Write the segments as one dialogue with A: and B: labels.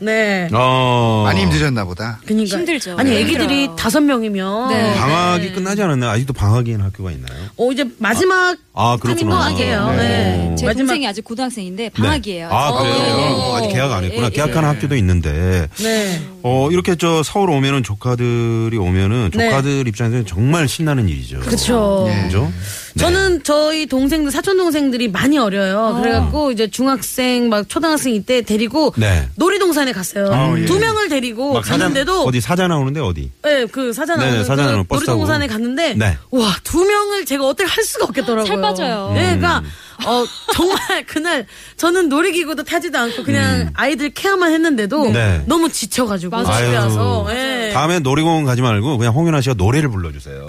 A: 네.
B: 어.
C: 많이 힘드셨나 보다.
A: 그니까.
D: 힘들죠.
A: 아니,
D: 네.
A: 애기들이
D: 힘들어요.
A: 다섯 명이면
D: 네.
B: 방학이 끝나지 않았나요? 아직도 방학인 학교가 있나요?
A: 어, 이제 마지막.
B: 아
A: 쯤인
B: 그렇구나.
A: 것
E: 어,
A: 같아요. 네.
D: 제
A: 마지막-
D: 동생이 아직 고등학생인데
B: 네.
D: 방학이에요.
B: 아 그래요?
D: 오.
B: 아직 계약 안 했구나.
D: 예,
B: 계약하는 학교도 있는데.
A: 네.
B: 어 이렇게 저 서울 오면은 조카들이 오면은
A: 네.
B: 조카들 입장에서는 정말 신나는 일이죠.
A: 그쵸.
C: 예.
B: 그죠? 네.
A: 저는 저희 동생들 사촌 동생들이 많이 어려요. 그래갖고 이제 중학생 막 초등학생 이때 데리고
B: 네.
A: 놀이동산에 갔어요.
B: 예.
A: 두 명을 데리고
B: 막 사자-
A: 갔는데도
B: 어디 사자 나오는데 어디?
A: 네, 그 사자나
B: 네네, 사자 나오는 버스 타고.
A: 놀이동산에 갔는데
B: 네.
A: 와 두 명을 제가 어떻게 할 수가 없겠더라고요.
D: 살 빠져요.
A: 네,
B: 음.
A: 그러니까 어, 정말 그날 저는 놀이기구도 타지도 않고 그냥 아이들 케어만 했는데도
B: 음. 네.
A: 너무 지쳐가지고
D: 맞아요.
A: 집에
B: 아유.
A: 와서 예.
B: 다음에 놀이공원 가지 말고 그냥 홍윤아 씨가 노래를 불러주세요.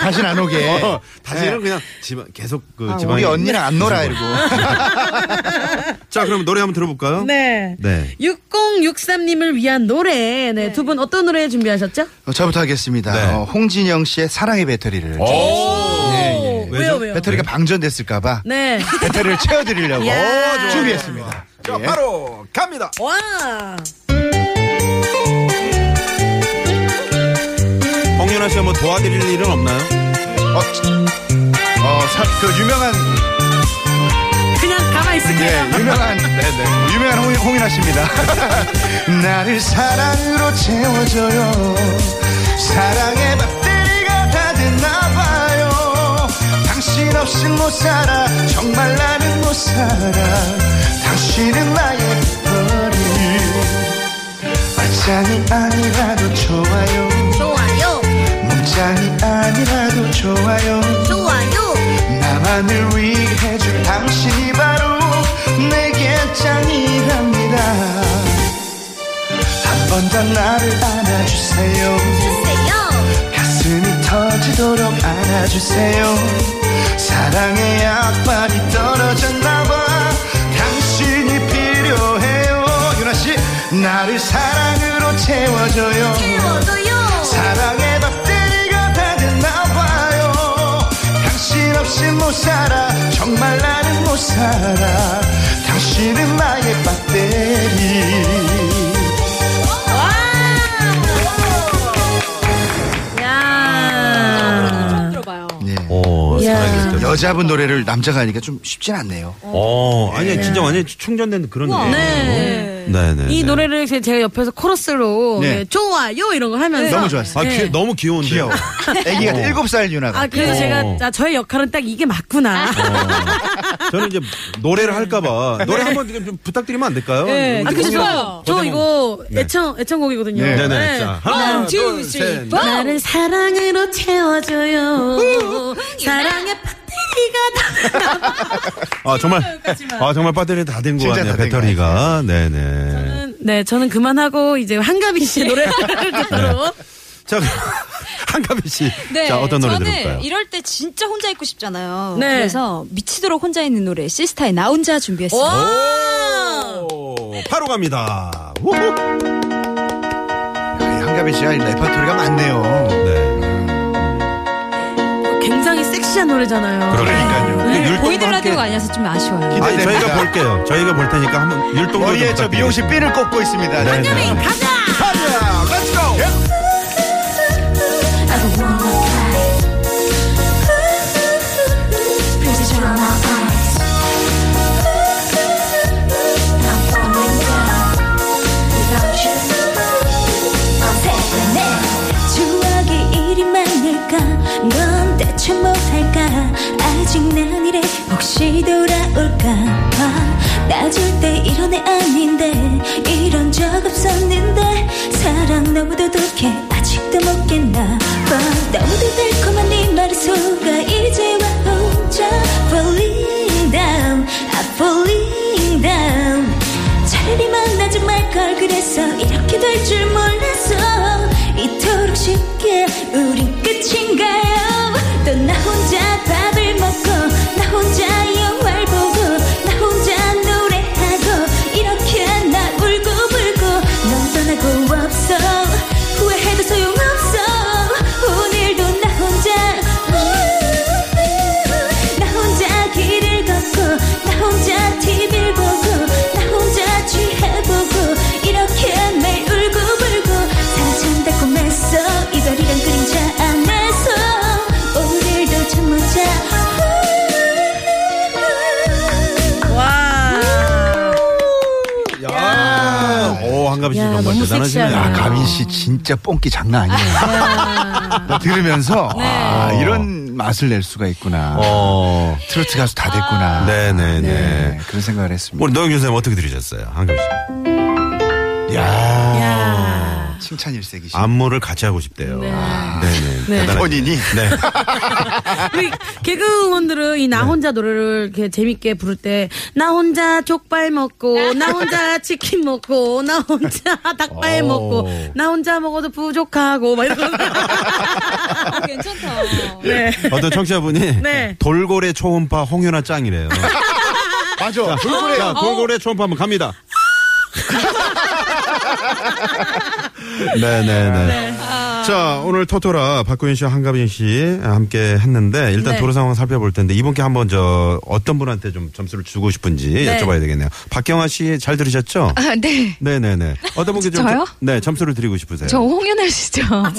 C: 다시는 안 오게.
B: 어, 다시는
C: 네.
B: 그냥 지방 계속 그
C: 아,
B: 지방
C: 우리 언니랑 안 놀아 이러고.
B: 자 그럼 노래 한번 들어볼까요?
A: 네.
B: 네.
A: 6063님을 위한 노래. 네, 두 분 어떤 노래 준비하셨죠?
C: 어, 저부터 하겠습니다.
B: 네. 어?
C: 어, 홍진영 씨의 사랑의 배터리를.
A: 오, 어, 왜요,
B: 예, 왜죠?
A: 왜요?
C: 배터리가 방전됐을까봐
A: 네.
C: 배터리를 채워드리려고
A: 야. 오, 좋아요.
C: 준비했습니다.
B: 자 바로 갑니다.
A: 와.
B: 홍윤아 씨가 뭐 도와드릴 일은 없나요?
C: 어, 어, 사- 그 유명한
A: 그냥 가만히
C: 예,
A: 있을게요.
C: 유명한 네, 유명한 홍, 홍인아 씨입니다. 나를 사랑으로 채워줘요. 사랑의 배터리가 다 됐나봐요. 당신 없인 못 살아. 정말 나는 못 살아. 당신은 나의 머리. 말짱이 아니라도 좋아요.
A: 좋아요.
C: 되도록 안아주세요 사랑의 약발이 떨어졌나봐 당신이 필요해요 유나씨 나를 사랑으로 채워줘요 사랑의 밥들이가 다 됐나봐요 당신 없이 못 살아 정말 나는 못 살아 당신은 나의 배터리
A: 야.
E: 들어봐요.
C: 네.
B: 어,
A: 예.
B: 사랑이 있다.
C: 여자분 노래를 남자가 하니까 좀 쉽진 않네요.
B: 어, 아니 진짜 완전 충전된 그런 노래.
A: 예. 네.
B: 네, 네.
A: 이
B: 네.
A: 노래를 제- 제가 옆에서 코러스로
C: 네.
A: 네, 좋아요 이런 거 하면서
C: 너무 좋았어요.
B: 아,
A: 네.
B: 귀- 너무 귀여운데.
C: 귀여워. 애기가 일곱 살 유나가.
A: 아 그래서
B: 어.
A: 제가 아, 저의 역할은 딱 이게 맞구나.
B: 저는 이제 노래를 할까봐 노래 한번 좀 부탁드리면 안 될까요?
A: 네. 듣고
B: 우리
A: 싶어요. 저
B: 고정-
A: 이거 애청 애청곡이거든요.
C: 네.
B: 네네.
A: 네.
B: 자, 하나,
A: 원,
B: 둘,
A: 투,
B: 셋.
A: 나를 사랑으로 채워줘요. 사랑의 배터리가 다.
B: 아 정말, 아 정말 배터리 다 된 것
C: 진짜
B: 같네요.
C: 다된것
B: 배터리가, 네네.
A: 네, 저는 그만하고 이제 한가빈 씨의 노래를 듣도록.
B: 자, 그럼 한가비 씨,
E: 네,
B: 자그 어떤 노래
E: 저는
B: 들을까요?
E: 이럴 때 진짜 혼자 있고 싶잖아요.
A: 네.
E: 그래서 미치도록 혼자 있는 노래 시스타의 나 혼자 준비했어요.
A: 와!
B: 오, 바로 갑니다. 네. 우후.
C: 한가빈 씨가 이 레퍼토리가 많네요.
B: 네.
A: 굉장히 섹시한 노래잖아요.
C: 그러니까요.
E: 네,
B: 율동도
E: 보이들 라디오가
B: 함께-
E: 아니라서 좀 아쉬워요.
C: 기-
B: 아니,
C: 기대됩니다.
B: 저희가 볼게요. 저희가 볼 테니까 한번 율동도
C: 머리에 저 미용실 핀을 꽂고 있습니다.
B: 네, 네.
C: 가자! 렛츠 고!
D: 추억이 이리 많을까 넌 대체 못할까 아직 난 이래 혹시 돌아올까 봐나줄 때 이런 애 아닌데 이런 적 없었는데 사랑 너무 도둑해 아직도 못 깼나 봐 너무도 달콤한 네 말소가 이제 와 혼자 falling down I'm falling down 차라리 만나지 말걸 그래서 이렇게 될 줄 몰랐어 이토록 쉽게 우린 끝인가요 또 나 혼자 밥을 먹고 나 혼자 영화를 보고 나 혼자 노래하고 이렇게 나 울고 불고 넌 떠나고 없어 후회해도 소용없어 오늘도 나 혼자 나 혼자 길을 걷고 나 혼자 TV를 보고 나 혼자 취해보고 이렇게 매일 울고 불고 사전 달콤했어 이별이란 그림자 안에서 오늘도 잠 못 자.
A: 와.
B: 야, 오 한가비 씨
A: 야,
B: 정말
A: 너무
B: 대단하시네요.
C: 아,
A: 섹시하다.
C: 가빈 씨 진짜 뽕기 장난 아니에요. 나 들으면서, 아, 이런 맛을 낼 수가 있구나.
B: 어,
C: 트로트 가수 다 됐구나.
B: 네네네.
C: 그런 생각을 했습니다.
B: 우리 노영준 선생님 어떻게 들으셨어요, 한가비 씨?
A: 야.
C: 칭찬 일색이시.
B: 안무를 같이 하고 싶대요. 네, 네,
A: 네.
B: 아, 대단하시네요.
C: 본인이?
B: 네, 아.
A: 우리 개그우먼들은 이 나 혼자 노래를 이렇게 재밌게 부를 때 나 혼자 족발 먹고 나 혼자 치킨 먹고 나 혼자 닭발
B: 오.
A: 먹고 나 혼자 먹어도 부족하고 막 이런
E: 아, 괜찮다.
A: 네.
B: 어떤 청취자분이
A: 네.
B: 돌고래 초음파 홍윤아 짱이래요.
C: 맞아. 돌고래요.
B: 자, 돌고래 초음파 한번 갑니다. 네네네. 자, 오늘 토토라 박구윤 씨와 한가빈 씨 함께 했는데 일단
A: 네.
B: 도로 상황 살펴볼 텐데 이분께 한번 저 어떤 분한테 좀 점수를 주고 싶은지 여쭤봐야 되겠네요. 박경아 씨 잘 들으셨죠?
E: 아, 네.
B: 네네네. 어떤 분께 좀
E: 저요?
B: 네 점수를 드리고 싶으세요?
E: 저 홍윤아 씨죠.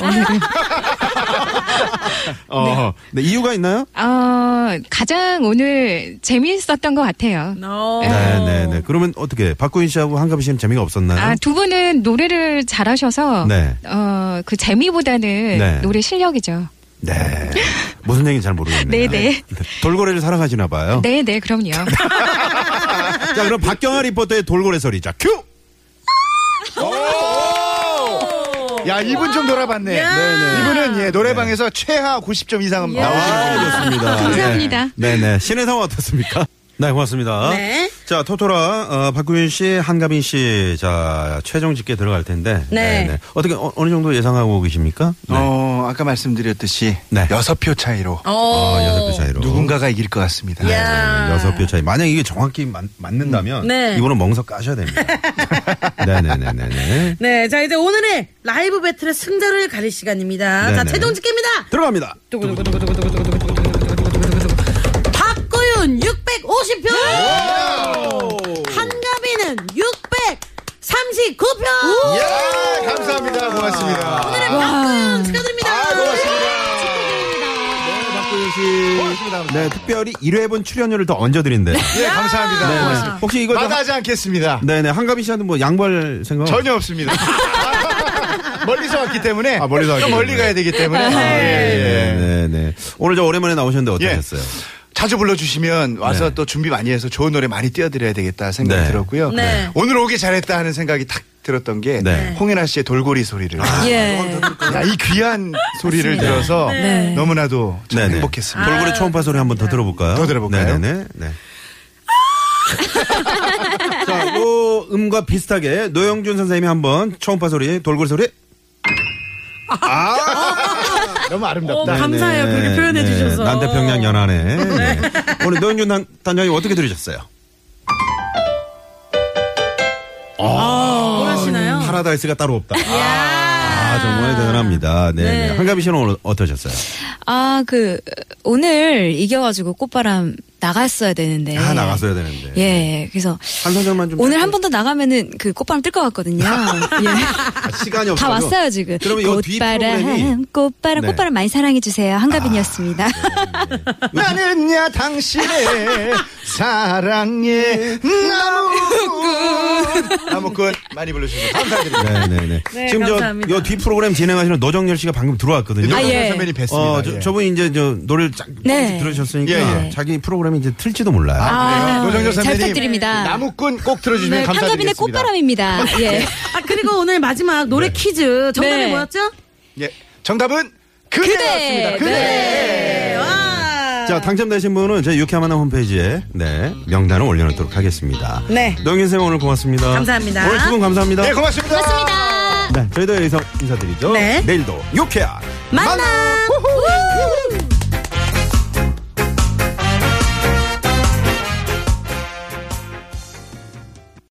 B: 어, 네. 이유가 있나요?
E: 어, 가장 오늘 재미있었던 것 같아요.
A: 어.
B: 네네네. 그러면 어떻게 박구윤 씨하고 한가빈 씨는 재미가 없었나요?
E: 아, 두 분은 노래를 잘하셔서
B: 네.
E: 어, 그 재미보다는
B: 네.
E: 노래 실력이죠.
B: 네. 무슨 얘기인지 잘 모르겠네요.
E: 네네.
B: 돌고래를 사랑하시나 봐요.
E: 네, 네, 그럼요.
B: 자, 그럼 박경아 리포터의 돌고래 소리. 자, 큐!
C: 야, 이분 좀 돌아봤네. 이분은 예, 노래방에서 최하 90점 이상은 나오시는 분.
B: 좋습니다.
E: 네. 감사합니다.
B: 네. 네네. 신의 상황 어떻습니까? 네, 고맙습니다.
A: 네.
B: 자, 토토라, 어, 박구윤 씨, 한가빈 씨, 자, 최종 집계 들어갈 텐데.
A: 네.
B: 어떻게, 어, 느 정도 예상하고 계십니까? 네.
C: 어,
F: 아까 말씀드렸듯이
B: 네.
F: 여섯 표 차이로
A: 어.
B: 아, 여섯 표 차이로.
F: 누군가가 이길 것 같습니다.
A: 야.
B: 네, 여섯 표 차이. 만약 이게 정확히 맞, 는다면
A: 음. 네.
B: 이분은 멍석 까셔야 됩니다. 네네네네네.
A: 네, 자 이제 오늘의 라이브 배틀의 승자를 가릴 시간입니다.
B: 네네.
A: 자 최종집 깁니다.
B: 들어갑니다.
A: 박구윤 650표, 한가비는 639표.
C: 예, 감사합니다. 고맙습니다.
A: 박구윤 축하드립니다.
C: 아, 고맙습니다.
B: 네, 특별히 1회분 출연료를 더 얹어드린대.
C: 예, 감사합니다.
B: 네.
C: 고맙습니다.
B: 혹시 이거 좀 하-
C: 마다하지 않겠습니다.
B: 네네 한가비 씨한테 뭐 양보할 생각
C: 전혀 없습니다. 어. 멀리서 왔기 때문에
B: 아, 멀리서 왔기
C: 좀 멀리
B: 때문에.
C: 가야 되기 때문에
A: 네.
C: 아, 예, 예.
B: 네네 오늘 저 오랜만에 나오셨는데 어떠셨어요?
C: 자주 불러주시면 와서
B: 네.
C: 또 준비 많이 해서 좋은 노래 많이 띄워드려야 되겠다 생각이
B: 네.
C: 들었고요.
A: 네.
C: 오늘 오기 잘했다 하는 생각이 탁 들었던 게
B: 네.
C: 홍연아 씨의 돌고리 소리를
A: 예.
C: 야, 이 귀한 소리를 들어서
A: 네. 아.
C: 너무나도 참 행복했습니다. 아,
B: 돌고래 초음파 소리 한번 더 들어볼까요?
C: 더 들어볼까요?
B: 네네네. 네. 자, 요 음과 비슷하게 노영준 선생님이 한번 초음파 소리, 돌고래 소리.
C: 너무
A: 어,
C: 아름답다.
A: 감사해요.
B: 네,
A: 그렇게 표현해
B: 네.
A: 주셔서.
B: 남태평양 연안에. 네. 오늘 노영준 단- 단장님 어떻게 들으셨어요?
A: 아, 뭘 하시나요?
B: 아, 파라다이스가 따로 없다.
A: 야.
B: 아, 정말 대단합니다. 네. 네. 한가비 씨는 오늘 어떠셨어요?
E: 아, 그, 오늘 이겨가지고 꽃바람 나갔어야 되는데.
B: 아, 나갔어야 되는데.
E: 예, 그래서.
B: 한 소절만 좀
E: 오늘
B: 짧게.
E: 한 번 더 나가면은 그 꽃바람 뜰 것 같거든요. 예.
B: 아, 시간이 없어요.
E: 다 왔어요, 지금.
B: 그러면 요뒤 프로그램이-
E: 꽃바람, 꽃바람,
B: 네. 아,
E: 꽃바람 많이 사랑해주세요. 한가빈이었습니다.
C: 나는야 당신의
A: 네.
C: 사랑의 나무꾼 나무꾼 많이 불러주셔서 감사드립니다.
B: 네네네.
A: 네,
B: 지금
A: 감사합니다. 아,
B: 저요뒤 프로그램 진행하시는 노정열 씨가 방금 들어왔거든요.
C: 노
E: 예.
C: 선배님 뵀습니다.
B: 어, 저,
C: 예.
B: 저분이 이제 저 노래를 쫙
E: 네.
B: 들으셨으니까
C: 예,
E: 예.
B: 자기 프로그램이 이제 틀지도 몰라요.
C: 아, 노정열
E: 잘
B: 네,
C: 선배님
E: 부탁드립니다.
C: 나무꾼 꼭 들어주시면
E: 네, 한가빈의
C: 감사드리겠습니다.
E: 꽃바람입니다. 예.
A: 아 그리고 오늘 마지막 노래 퀴즈 정답이
E: 네.
A: 뭐였죠?
C: 예, 정답은 그대였습니다.
E: 그대.
C: 그대.
A: 와.
B: 자, 당첨되신 분은 저희 유쾌한 만남 홈페이지에 네, 명단을 올려놓도록 하겠습니다.
A: 네.
B: 노영현 쌤 오늘 고맙습니다.
A: 감사합니다.
B: 오늘 두 분 감사합니다.
C: 네, 고맙습니다.
B: 네, 저희도 여기서 인사드리죠.
A: 네.
B: 내일도 유쾌한
A: 만남. 우후.